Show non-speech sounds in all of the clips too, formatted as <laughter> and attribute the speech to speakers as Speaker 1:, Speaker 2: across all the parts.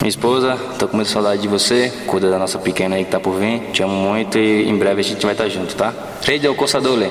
Speaker 1: Minha esposa, tô com muita saudade de você. Cuida da nossa pequena aí que tá por vir. Te amo muito e em breve a gente vai estar junto, tá? Rei del Coçadole.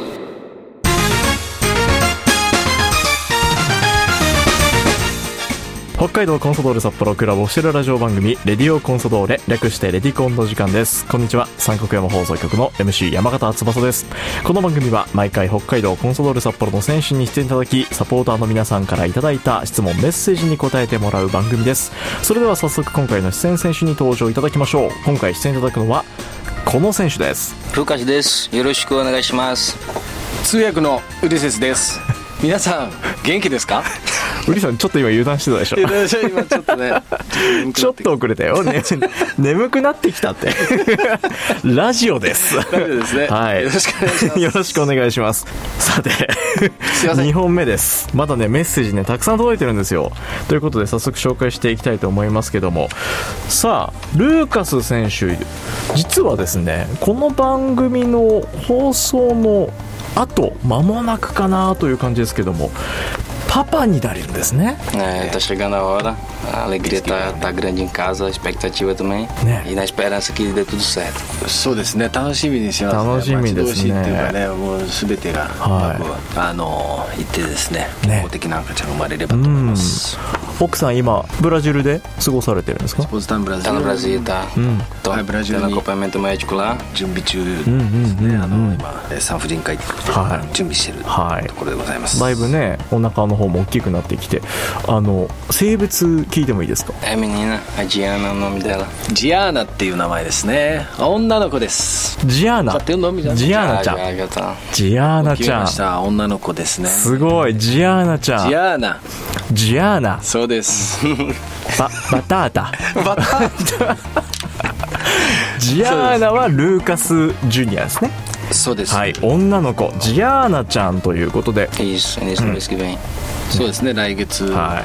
Speaker 2: 北海道コンソドーレ札幌クラブオフィシャルラジオ番組、レディオコンソドーレ、略してレディコンの時間です。こんにちは。三国山放送局の MC 山形翼です。この番組は毎回北海道コンソドーレ札幌の選手に出演いただき、サポーターの皆さんからいただいた質問、メッセージに答えてもらう番組です。それでは早速今回の出演選手に登場いただきましょう。今回出演いただくのは、この選手です。
Speaker 1: Lucas です。よろしくお願いします。
Speaker 3: 通訳のウデセスです皆さん元気ですか
Speaker 2: ウリさん、ちょっと今油断してたでしょ
Speaker 3: 今ちょっとね <laughs>
Speaker 2: ちょっと遅れたよ。ね、眠くなってきたって。ラジオです。
Speaker 3: ラジオですね
Speaker 2: はい。
Speaker 3: よろしくお願いします
Speaker 2: よろしくお願いします。さて、
Speaker 3: すいません
Speaker 2: 2本目です。まだね、メッセージね、たくさん届いてるんですよ。ということで、早速紹介していきたいと思いますけども。さあ、ルーカス選手、実はですね、この番組の放送の後、間もなくかなという感じですけども、パパになるんですね。
Speaker 1: É, tá chegando a hora. A alegria tá, tá grande em casa, a expectativa também.
Speaker 2: Né.
Speaker 1: E na esperança que dê tudo certo.
Speaker 3: そうですね楽しみにします、ね、
Speaker 2: 楽しみですね
Speaker 3: 待ち遠しいっていうかねもう全てが、
Speaker 2: はいう
Speaker 3: まくあのー行ってですね
Speaker 2: ね
Speaker 3: 健康的な赤ちゃんが生まれればと思います、
Speaker 2: 奥さん今ブラジルで過ごされてるんですか
Speaker 3: スポーツタイムブラジ
Speaker 1: Tá
Speaker 3: ル
Speaker 1: no Brasil, tá?
Speaker 2: Hum.
Speaker 1: Tô
Speaker 3: Vai, Brasil.
Speaker 1: tendo acompanhamento médico lá.
Speaker 3: 準備中です
Speaker 2: うん
Speaker 3: ね、
Speaker 2: うんうん
Speaker 3: あの今え産婦人科行って、
Speaker 2: はい
Speaker 3: 準備してる
Speaker 2: はい
Speaker 3: ところでございます、
Speaker 2: だいぶねお腹の方も大きくなってきてあの性別聞いてもいいですか
Speaker 1: É menina, a Diana é o nome dela.
Speaker 3: ジアーナっていう名前ですね女の子です
Speaker 2: ジアーナ
Speaker 3: 勝手に飲みじゃない
Speaker 2: ジアー
Speaker 1: Ah,
Speaker 2: ナちゃん
Speaker 1: já, já tá.
Speaker 2: ジアーナ
Speaker 3: 決
Speaker 2: ち
Speaker 3: め
Speaker 2: ゃ
Speaker 3: ま
Speaker 2: ん
Speaker 3: した女の子ですね
Speaker 2: すごいジアーナちゃ
Speaker 3: ジ
Speaker 2: ん
Speaker 3: アーナ
Speaker 2: ジアーナ
Speaker 3: そうです
Speaker 2: ババタ
Speaker 3: <laughs>
Speaker 2: ータ <laughs> ジアーナはルーカス・ジュニアですね
Speaker 3: そうです、
Speaker 2: はい女の子ジアーナちゃんということで
Speaker 1: Isso, início do mês que vem.
Speaker 3: そうですね来月
Speaker 2: は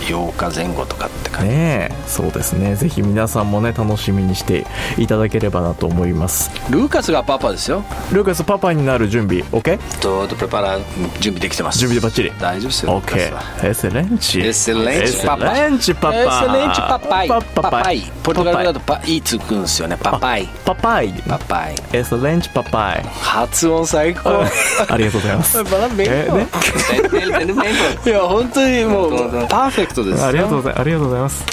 Speaker 2: い
Speaker 3: 8日前後とかって感じ、
Speaker 2: ねえそうですねぜひ皆さんもね楽しみにしていただければなと思います
Speaker 3: ルーカスがパパですよ
Speaker 2: ルーカスパパになる準備 OK?
Speaker 1: Todo preparado.
Speaker 3: 準備できてます
Speaker 2: 準備でバッチリ
Speaker 3: 大丈夫です
Speaker 2: OK
Speaker 3: よルーカスは
Speaker 2: Excelente
Speaker 3: Excelente, papai.
Speaker 2: Excelente
Speaker 3: パパ
Speaker 2: papai
Speaker 3: イパパイ
Speaker 2: Papai
Speaker 3: ポルトガルだとパイつくんですよねパパイ
Speaker 2: Papai
Speaker 3: パパイ
Speaker 2: Excelente papai
Speaker 3: 発音最高
Speaker 2: ありがとうございます
Speaker 3: バランベン
Speaker 2: えね
Speaker 1: Tá entendendo bem, pô.
Speaker 3: いや本当にもうパーフェクトです
Speaker 2: ありがとう
Speaker 3: う
Speaker 2: ございありがとうございます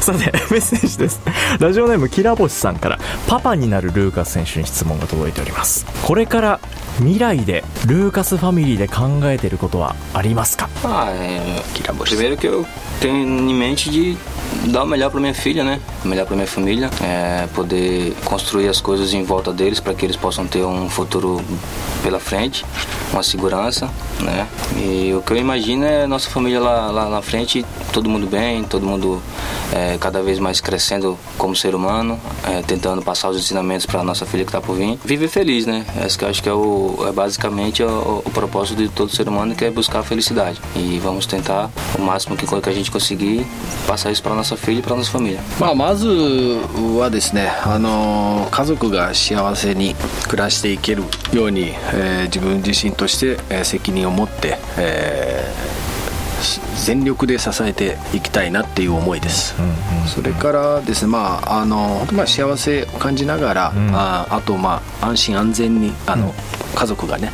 Speaker 2: さて <laughs> メッセージですラジオネームきらぼしさんからパパになるルーカス選手に質問が届いておりますこれから未来でルーカスファミリーで考えていることはありますか
Speaker 1: Ah, é, primeiro que eu tenho em mente de dar o melhor pra minha filha, né? O melhor pra minha família, é poder construir as coisas em volta deles para que eles possam ter um futuro pela frente, uma segurança, né? E o que eu imagino é nossa família lá, lá na frente, todo mundo bem, todo mundo é, cada vez mais crescendo como ser humano, é, tentando passar os ensinamentos para nossa filha que tá por vir. Viver feliz, né? Esse que eu acho que é, o, é basicamente o, o propósito de todo ser humano, que é buscar a felicidade. E vamos tentar o máximo que, que a gente conseguir passar isso para nossa filha e para nossa família.
Speaker 3: まあ、まずはですね、あのー家族が幸せに暮らしていけるように、えー自分自身として、えー責任を持って、えーし全力で支えていきたいなっていう思いです、それからですねまああの本当まあ幸せを感じながら、あーあとまあ安心安全にあの、家族がね、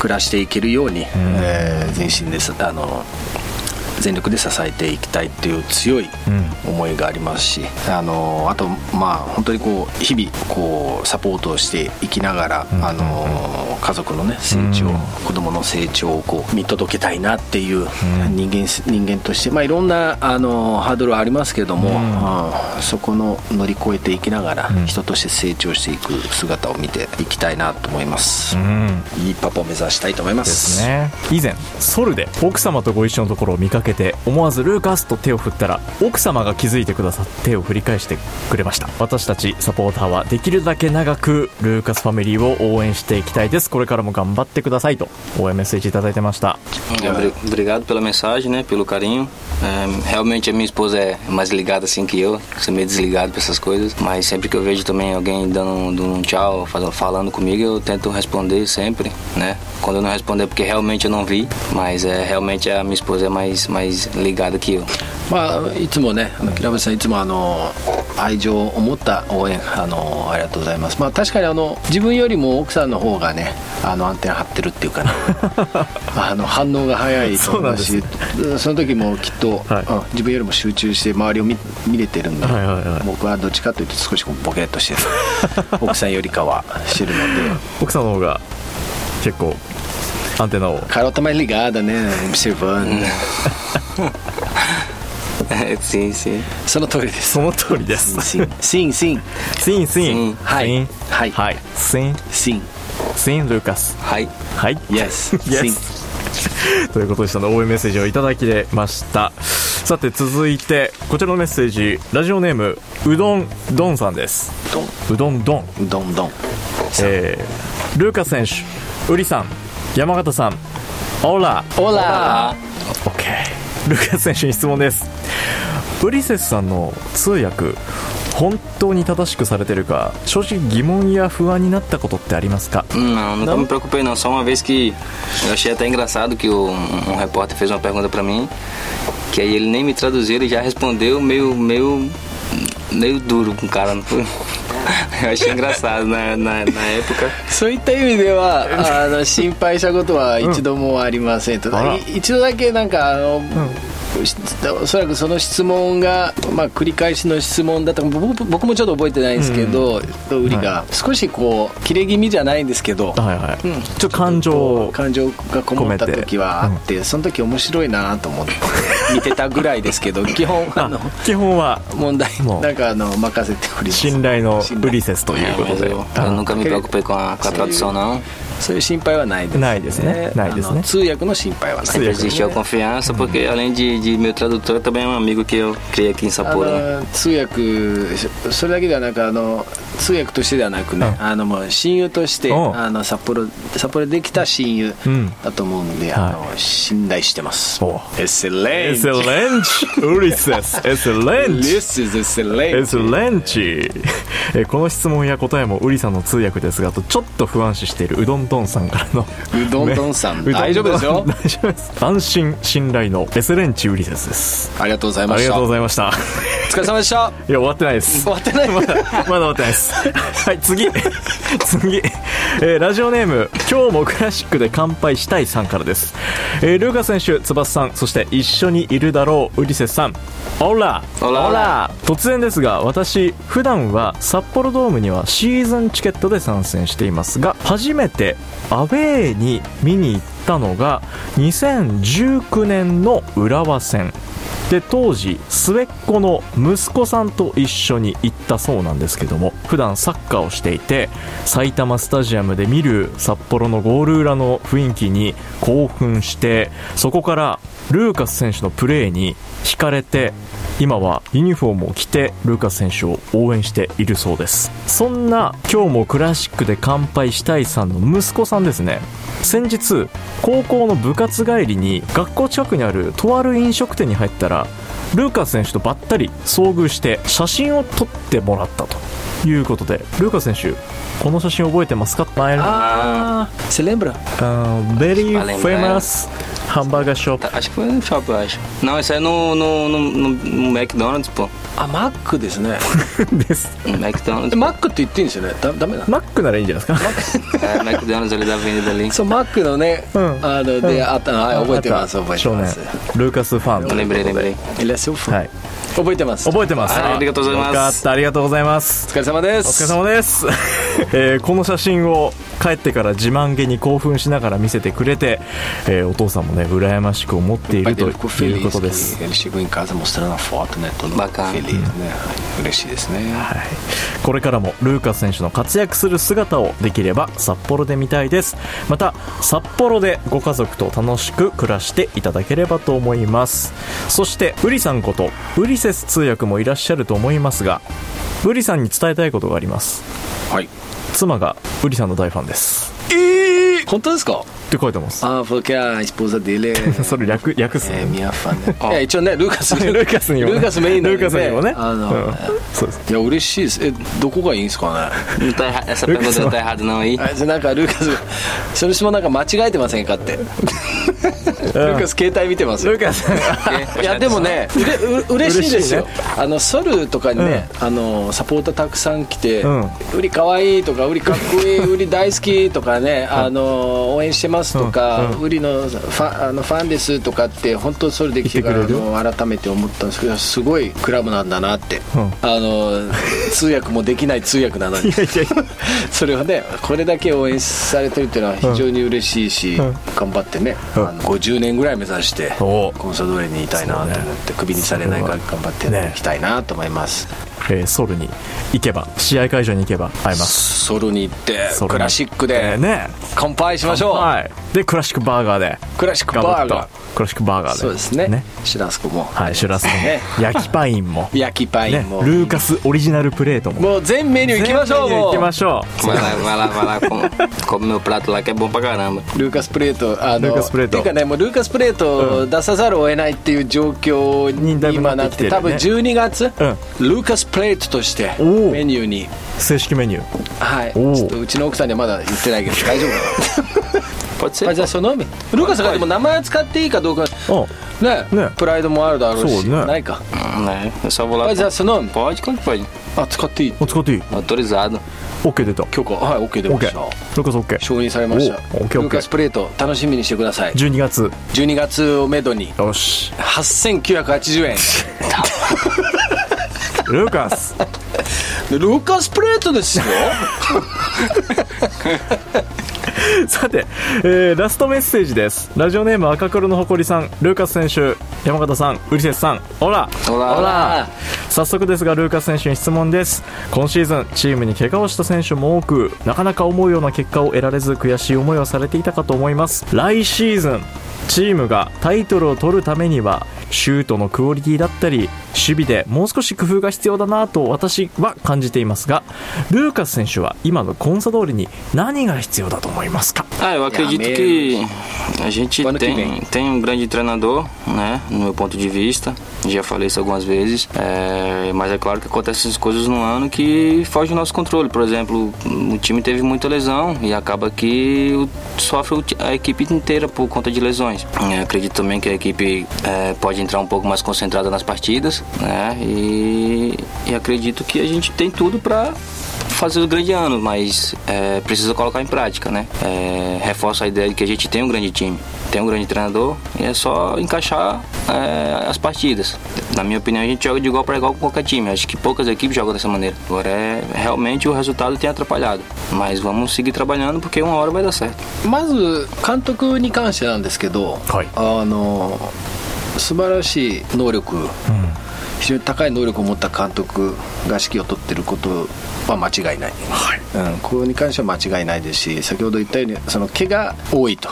Speaker 3: 暮らしていけるように、えー全身ですあの全力で支えていきたいっていう強い思いがありますし、あのあとまあ本当にこう日々こうサポートをしていきながら、あの家族のね成長、子供の成長をこう見届けたいなっていう人間す人間としてまあいろんなあのハードルはありますけれども、うんそこの乗り越えていきながら、人として成長していく姿を見ていきたいなと思います。
Speaker 2: うん
Speaker 3: いいパパを目指したいと思いま
Speaker 2: です
Speaker 3: す。
Speaker 2: ね以前ソルで奥様とご一緒のところを見かけて思わずルーカスと手を振ったら奥様が気づいてくださって手を振り返してくれました私たちサポーターはできるだけ長くルーカスファミリーを応援していきたいですこれからも頑張ってくださいと応援メッセージいただいてました
Speaker 1: É, obri- Obrigado pela mensagem, né? Pelo carinho. É, realmente a minha esposa é mais ligada assim que eu. Sou meio desligado pra essas coisas. Mas sempre que eu vejo também alguém dando um, dando um tchau, faz- falando comigo, eu tento responder sempre, né? Quando eu não responder é porque realmente eu <laughs> não vi. Mas é realmente a minha esposa é mais, mais ligada que eu.
Speaker 3: まあ、いつもね、あの平林さん、いつもあの愛情を持った応援あの、ありがとうございます、まあ、確かにあの自分よりも奥さんの方がね、あのアンテナ張ってるっていう
Speaker 2: <laughs>
Speaker 3: かね、あの反応が早いと思うし、その時もきっと、
Speaker 2: はい
Speaker 3: うん自分よりも集中して、周りを見見れてるんで、
Speaker 2: はいはいはい
Speaker 3: 僕はどっちかというと、少しこうボケっとしてる、 <laughs> 奥さんよりかはしてるので。
Speaker 2: 奥さんの方が結構アンテナを
Speaker 3: Carol tá mais ligada, né? Observando.
Speaker 1: sim, sim.
Speaker 3: Só não tô ouvindo
Speaker 2: <laughs>
Speaker 3: isso.
Speaker 2: その通りです。
Speaker 3: Sim, sim, sim,
Speaker 2: シンシン。
Speaker 3: はい
Speaker 2: シン
Speaker 3: はい
Speaker 2: はい。シン
Speaker 3: sim.
Speaker 2: シンルーカス。
Speaker 1: Hi.
Speaker 2: はい。
Speaker 3: Yes,
Speaker 2: <laughs> Yes.
Speaker 3: sim.
Speaker 2: <laughs> ということでしたので応援メッセージをいただきれましたさて続いてこちらのメッセージラジオネームうどんどんさんです
Speaker 3: Dom,
Speaker 2: うどんどん、
Speaker 3: dom, dom.
Speaker 2: えー、ルーカス選手ウリさん山形さんオラ
Speaker 3: Olá!
Speaker 2: オッケールーカス選手に質問ですウリセスさんの通訳本当に正しくされてるか正直疑問や不安になったことってありますか
Speaker 1: Não, nunca
Speaker 2: Não?
Speaker 1: me preocupei não. Só uma vez que eu achei até engraçado que o- um repórter fez uma pergunta pra mim, que aí ele nem me traduziu, ele já respondeu meio, meio, meio duro com o cara. Não foi? <laughs> Eu achei engraçado na, na, na época.
Speaker 3: そういった意味ではあの心配したことは一度もありませんと、
Speaker 2: あら
Speaker 3: い一度だけなんかあの、しおそらくその質問が、まあ、繰り返しの質問だったか僕僕もちょっと覚えてないんですけど、ウリが少しこう切れ気味じゃないんですけど、
Speaker 2: はいはい、
Speaker 3: うん
Speaker 2: ちょっと感情を
Speaker 3: 感情がこもった時はあって、その時面白いなと思って見てたぐらいです
Speaker 2: <laughs>
Speaker 3: けど基本あの
Speaker 2: 基本は
Speaker 3: 問題
Speaker 2: もう
Speaker 3: なんかあの任せております
Speaker 2: 信頼の
Speaker 3: 信
Speaker 2: ウ
Speaker 3: 頼
Speaker 2: リセスということで
Speaker 1: Eu, eu nunca me preocupei com a, com a tradução não.
Speaker 3: そういう心配はないです
Speaker 2: ないですねないですね
Speaker 3: あの通訳の心配はない
Speaker 2: 通訳
Speaker 1: Sempre existiu a confiança, porque além de, de meu tradutor, também é um amigo que eu criei aqui em
Speaker 3: あ
Speaker 1: Sapporo. né?
Speaker 3: の通訳そそれだけではなくあの通訳としてではなくね、
Speaker 2: うん
Speaker 3: あのもう親友として
Speaker 2: うん
Speaker 3: あの札幌札幌でできた親友
Speaker 2: うん
Speaker 3: だと思うん
Speaker 2: は
Speaker 3: で、
Speaker 2: い
Speaker 3: あの信頼してます
Speaker 2: お
Speaker 3: エセレン
Speaker 2: It's a
Speaker 3: チ
Speaker 2: lunch! ウリセス It's a lunch!
Speaker 3: This is エセレン
Speaker 2: It's a lunch! えーこの質問や答えもウリさんの通訳ですがとちょっと不安視しているうどんどんさんからの
Speaker 3: うどんどんさん
Speaker 2: めうど
Speaker 3: 大丈夫ですよ
Speaker 2: <laughs> 大丈夫です安心信頼のエスレンチウリセスです
Speaker 3: ありがとうござい
Speaker 2: あ
Speaker 3: ま
Speaker 2: り
Speaker 3: し
Speaker 2: が
Speaker 3: た
Speaker 2: とうご
Speaker 3: お
Speaker 2: ざいました
Speaker 3: 疲れ様でした
Speaker 2: いや終わってないです
Speaker 3: 終わってな
Speaker 2: <laughs>
Speaker 3: い
Speaker 2: まだまだ終わってないです <laughs> はい次次、えーラジオネーム今日もクラシックで乾杯したいさんからです、えールーカ選手翼さんそして一緒にいるだろうウリセスさんオラ
Speaker 1: オラ
Speaker 2: 突然ですが私普段は札幌ドームにはシーズンチケットで参戦していますが初めてアウェーに見に行ったのが2019年の浦和戦で当時末っ子の息子さんと一緒に行ったそうなんですけども普段サッカーをしていて埼玉スタジアムで見る札幌のゴール裏の雰囲気に興奮してそこからルーカス選手のプレーに惹かれて今はユニフォームを着てルーカス選手を応援しているそうですそんな今日もクラシックで乾杯したいさんの息子さんですね先日高校の部活帰りに学校近くにあるとある飲食店に入ったらルーカス選手とばったり遭遇して写真を撮ってもらったということでルーカス選手この写真覚えてますか
Speaker 3: ああセレンブラ
Speaker 2: Very
Speaker 1: Valeu,
Speaker 2: famous ハンバーガーショップ
Speaker 1: Tá, Acho que foi no shopping, eu acho. Não, isso é no, no, no, no- no McDonald's, pô.
Speaker 3: あマックです
Speaker 2: <laughs>
Speaker 3: ね
Speaker 2: です
Speaker 1: No McDonald's.
Speaker 3: マックって言っていいんですよねだダメなの
Speaker 2: マックならいいんじゃないですか
Speaker 1: É, McDonald's ali da avenida ali.
Speaker 3: そうマックのね、
Speaker 2: うん
Speaker 3: あので、あったのはい覚えてます
Speaker 2: あった
Speaker 3: 覚えてます
Speaker 2: 少年ルーカスファン
Speaker 1: Eu lembrei, lembrei.
Speaker 3: エラスオフ、
Speaker 2: はい
Speaker 3: 覚えてます
Speaker 2: 覚えてます
Speaker 1: ありがとうございます
Speaker 2: よかったありがとうございます
Speaker 3: お疲れ様で
Speaker 2: お疲
Speaker 3: す
Speaker 2: れ様です、 <laughs> えーこの写真を帰ってから自慢げに興奮しながら見せてくれて、えーお父さんもね羨ましく思っているということです、
Speaker 3: Ele chegou em casa mostrando a foto, né? Todo mundo
Speaker 1: Bacana.
Speaker 3: feliz, né?嬉しいですね。
Speaker 2: はい、これからもルーカス選手の活躍する姿をできれば札幌で見たいですまた札幌でご家族と楽しく暮らしていただければと思いますそしてウリさんことウリセス通訳もいらっしゃると思いますがウリさんに伝えたいことがあります
Speaker 3: はい。
Speaker 2: 妻がウリさんの大ファンです
Speaker 3: えー、本当ですか
Speaker 2: って書いてます。
Speaker 3: Ah, falou que a esposa dele
Speaker 2: <laughs>
Speaker 3: é.
Speaker 2: それ略、略す。
Speaker 3: É minha fã, né? É, então, né, Lucas.
Speaker 2: <laughs> ルーカスにもね。
Speaker 3: Lucas メインなん
Speaker 2: ル
Speaker 3: で
Speaker 2: ーカスにもね。
Speaker 3: あの
Speaker 2: うんそうです。
Speaker 3: いや、嬉しいです。え、どこがいいんですかね <laughs>
Speaker 1: Não tá erra- Essa pergunta não tá errada não aí.
Speaker 3: あいつなんかルーカス、それしもなんか間違えてませんかって。ルーカス携帯見てますよ
Speaker 2: ルーカス。
Speaker 3: いやでもねうれうう嬉しいですよ、あのソルとかにね、あのサポーターたくさん来て「
Speaker 2: うん
Speaker 3: ウリかわいい」とか「ウリかっ
Speaker 2: <laughs>
Speaker 3: こいい」「ウリ大好き」とかねあの「応援してます」とか
Speaker 2: うん
Speaker 3: 「ウリのファあのファンです」とかって本当それできてから
Speaker 2: 言ってくれる
Speaker 3: あの改めて思ったんですけどすごいクラブなんだなって、
Speaker 2: うん
Speaker 3: あの通訳もできない通訳なのに <laughs> それをねこれだけ応援されてるっていうのは非常に嬉しいし、
Speaker 2: うん
Speaker 3: 頑張ってね、
Speaker 2: うん
Speaker 3: あの50年ぐらい目指して。
Speaker 2: おー
Speaker 3: コンサドーレにいたいなと思って、クビにされないから頑張ってやっていきたいなと思います、
Speaker 2: えーソウルに行けば、試合会場に行けば会えます。
Speaker 3: ソロに行って
Speaker 2: ソウルに
Speaker 3: クラシック
Speaker 2: えー
Speaker 3: で
Speaker 2: ね。
Speaker 3: 乾杯しましょう、
Speaker 2: はい。で、クラシックバーガーで。
Speaker 3: クラシック
Speaker 2: 頑張
Speaker 3: バ
Speaker 2: っ
Speaker 3: ー
Speaker 2: た
Speaker 3: ガ。
Speaker 2: クラシックバーガー
Speaker 3: ー
Speaker 2: で。
Speaker 3: そうですねシュラスコも、
Speaker 2: はい、シュラスも
Speaker 3: ね。
Speaker 2: 焼きパインも。
Speaker 3: 焼きパイ
Speaker 2: ね
Speaker 3: ンも、、
Speaker 2: ルーカスオリジナルプレートも。
Speaker 3: もう全メニュー行きましょう
Speaker 2: 行き
Speaker 3: も
Speaker 2: ま
Speaker 3: う
Speaker 2: しょ
Speaker 1: Vai lá, vai lá, vai lá, come, come meu prato lá que é bom pra caramba.
Speaker 3: ルーカスプレートあの
Speaker 2: ルーカスプレート
Speaker 3: っていうかねもうルーカスプレートを出さざるを得ないっていう状況
Speaker 2: にだい
Speaker 3: に
Speaker 2: ぶ
Speaker 3: 今
Speaker 2: な
Speaker 3: な
Speaker 2: っ
Speaker 3: ってて
Speaker 2: きてるね
Speaker 3: 多分12月、
Speaker 2: う
Speaker 3: ルーカスプレートとして
Speaker 2: おー
Speaker 3: メニューに
Speaker 2: う。正式メニュー。
Speaker 3: はい
Speaker 2: おー
Speaker 3: ちょっとうちの奥さんにはまだ言ってないけど大丈夫かな
Speaker 1: um. Pode ser.
Speaker 3: あじゃあそのみルカスがでも名前使っていいかどうか
Speaker 2: お
Speaker 3: ね
Speaker 2: ね
Speaker 3: プライドもあるだろうし
Speaker 2: そうね
Speaker 3: ないか
Speaker 1: Hum, é, eu só vou lá.
Speaker 3: あじゃあそのみ
Speaker 1: Pode, claro que pode.
Speaker 3: あ使っていい
Speaker 2: お使っていい
Speaker 1: Autorizado.
Speaker 2: ?OK 出た。
Speaker 3: 許可はい OK 出ま
Speaker 2: OK
Speaker 3: した。
Speaker 2: ルーカス OK。
Speaker 3: 承認されました
Speaker 2: お OK
Speaker 3: ルカス
Speaker 2: OK。
Speaker 3: プレート楽しみにしてください
Speaker 2: 12月。
Speaker 3: 12月をめどに
Speaker 2: よし。
Speaker 3: 8980円
Speaker 2: ルーカス。 <laughs>
Speaker 3: ルカスプレートですよ
Speaker 2: さて、えーラストメッセージです。ラジオネーム赤黒の誇りさん、ルーカス選手、山形さん、ウリセスさん、オラ
Speaker 1: オラ
Speaker 2: オラ早速ですが、ルーカス選手に質問です。今シーズン、チームに怪我をした選手も多く、なかなか思うような結果を得られず、悔しい思いをされていたかと思います。来シーズン、チームがタイトルを取るためには、シュートのクオリティだったり、守備でもう少し工夫が必要だなと私は感じていますが、ルーカス選手は今のコンサドーレに何が必要だと思いますか
Speaker 1: Ah, eu acredito
Speaker 3: mesmo.
Speaker 1: que a gente
Speaker 3: É Quando que
Speaker 1: tem,
Speaker 3: vem?
Speaker 1: tem um grande treinador, né? No meu ponto de vista. Já falei isso algumas vezes. É, mas é claro que acontecem essas coisas num ano que foge do nosso controle. Por exemplo, o time teve muita lesão e acaba que o- sofre o ti- a equipe inteira por conta de lesões. É, acredito também que a equipe é, pode entrar um pouco mais concentrada nas partidas, né? E, e acredito que a gente tem tudo para fazer o grande ano, mas é, precisa colocar em prática, né? É, reforça a ideia de que a gente tem um grande time, tem um grande treinador e é só encaixar é, as partidas. Na minha opinião, a gente joga de igual para igual com qualquer time. Acho que poucas equipes jogam dessa maneira. Agora é realmente o resultado tem atrapalhado, mas vamos seguir trabalhando porque uma hora vai dar certo.
Speaker 3: まず監督に関してなんですけど、
Speaker 2: はい
Speaker 3: あの素晴らしい能力、非常に高い能力を持った監督が指揮を取ってることは間違いない、うん、これに関しては間違いないですし先ほど言ったようにその毛が多いと、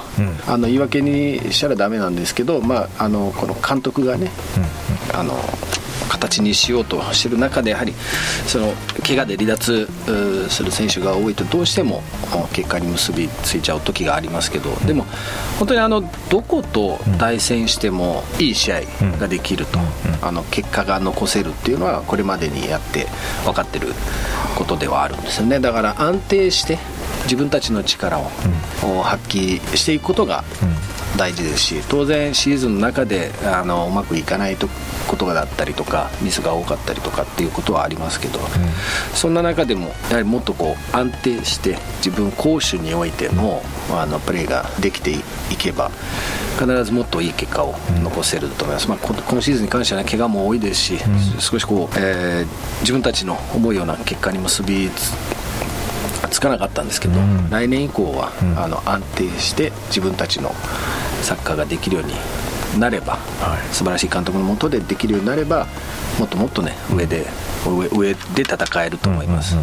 Speaker 3: あの言い訳にしたらダメなんですけど、まあ、あのこの監督がね、あの形にしようとしてる中でやはりその怪我で離脱うーする選手が多いとどうしてもお結果に結びついちゃう時がありますけどでも本当にあのどこと対戦してもいい試合ができるとあの結果が残せるっていうのはこれまでにやって分かってることではあるんですよねだから安定して自分たちの力をお発揮していくことが大事ですし当然シーズンの中であのうまくいかないとことがだったりとかミスが多かったりとかっていうことはありますけど、そんな中でもやはりもっとこう安定して自分攻守においてのあのプレーができていけば必ずもっといい結果を残せると思います、まあ、ここのシーズンに関しては、ね、怪我も多いですし、少しこう、えー自分たちの思うような結果に結びつつかなかったんですけど、来年以降は、あの安定して自分たちのサッカーができるようになれば、素晴らしい監督のもとでできるようになればもっともっとね上で、上上で戦えると思います、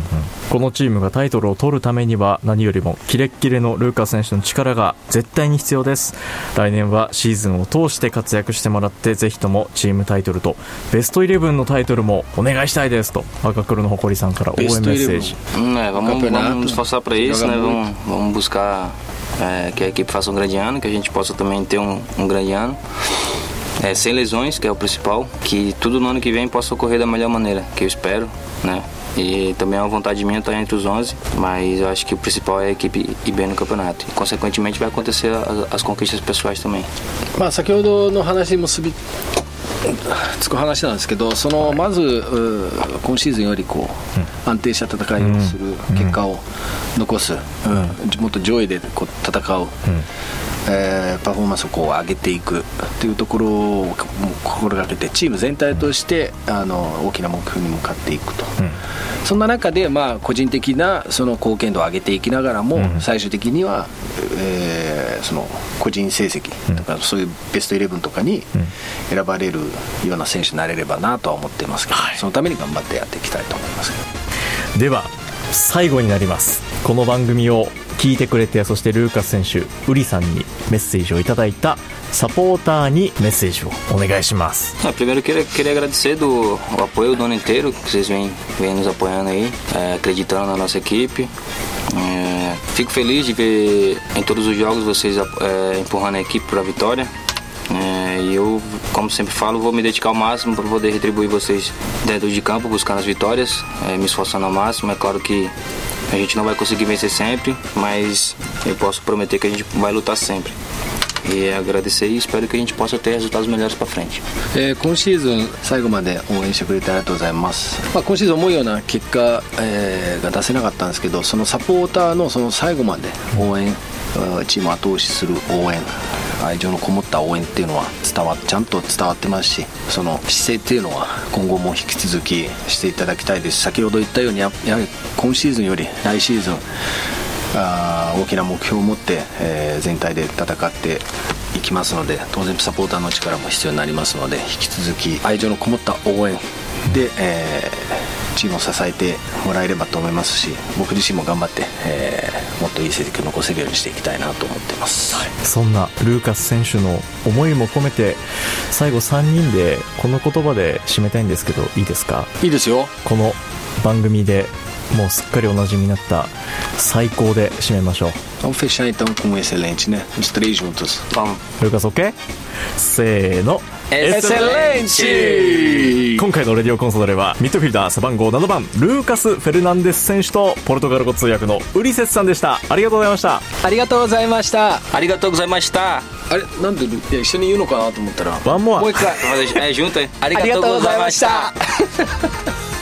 Speaker 2: このチームがタイトルを取るためには何よりもキレッキレのルーカス選手の力が絶対に必要です来年はシーズンを通して活躍してもらってぜひともチームタイトルとベストイレブンのタイトルもお願いしたいですと赤黒の誇りさんから応援メッセージ
Speaker 1: Hum, é, vamos,
Speaker 3: Campeonato,
Speaker 1: vamos nos esforçar para isso, né?
Speaker 3: joga
Speaker 1: Vamos, vamos buscar é, que a equipe faça um grande ano, que a gente possa também ter um, um grande ano. É, sem lesões, que é o principal, que tudo no ano que vem possa ocorrer da melhor maneira, que eu espero, né? E também é uma vontade minha estar entre os 11, mas eu acho que o principal é a equipe ir bem no campeonato. E, consequentemente, vai acontecer as, as conquistas pessoais também.
Speaker 3: まあ、先ほどの話に結びつく話なんですけどそのまず、うー今シーズンよりこう安定した戦いをする結果を残す、うんもっと上位でこう戦う、えーパフォーマンスをこう上げていくというところをもう心がけてチーム全体としてあの大きな目標に向かっていくと。そんな中で、まあ、個人的なその貢献度を上げていきながらも、最終的には、えーその個人成績とか、そういうベストイレブンとかに選ばれるような選手になれればなとは思ってますけど、そのために頑張ってやっていきたいと思いますけど。
Speaker 2: では最後になりますこの番組を聞いてくれてそしてルーカス選手ウリさんにメッセージをいただいたサポーターにメッセージをお願いします、
Speaker 1: Ah, primeiro queria, queria agradecer do o apoio do ano inteiro, que vocês vêm, vêm nos apoiando aí, eh, acreditando na nossa equipe. Eh, fico feliz de ver em todos os jogos vocês eh, empurrando a equipe para a vitória. Eh, e eu, como sempre falo, vou me dedicar ao máximo para poder retribuir vocês dentro de campo, buscando as vitórias, eh, me esforçando ao máximo. É claro que a gente não vai conseguir vencer sempre, mas eu posso prometer que a gente vai lutar sempre. E agradecer e espero que a gente possa ter resultados melhores para frente.
Speaker 3: えー今シーズン最後まで応援してくれてありがとうございます、まあ、今シーズン思うような結果、えーが出せなかったんですけどそのサポーターのその最後まで応援うんチームを後押しする応援愛情のこもった応援っていうのは伝わちゃんと伝わってますしその姿勢っていうのは今後も引き続きしていただきたいです先ほど言ったようにややはり今シーズンより来シーズンあー大きな目標を持って、えー全体で戦っていきますので当然サポーターの力も必要になりますので引き続き愛情のこもった応援で、えーチームを支えてもらえればと思いますし僕自身も頑張って、えーもっといい成績を残せるようにしていきたいなと思っています、
Speaker 2: そんなルーカス選手の思いも込めて最後3人でこの言葉で締めたいんですけどいいですか
Speaker 3: いいですよ
Speaker 2: この番組でもうすっかりおなじみになった最高で締めましょう
Speaker 3: Vamos fechar então com um excelente, né? Os três juntos.
Speaker 1: Vamos!
Speaker 2: ルーカス OK? せーの
Speaker 3: Excelente!
Speaker 2: 今回のレディオコンソドレはミッドフィルダー背番号7番ルーカス・フェルナンデス選手とポルトガル語通訳のウリセスさんでしたありがとうございました
Speaker 3: ありがとうございました。
Speaker 1: Arigatou gozaimashita!
Speaker 3: あれなんでいや一緒に言うのかなと思ったら。
Speaker 2: ワンモア
Speaker 3: もう一回。
Speaker 1: É junto aí.
Speaker 3: Arigatou gozaimashita.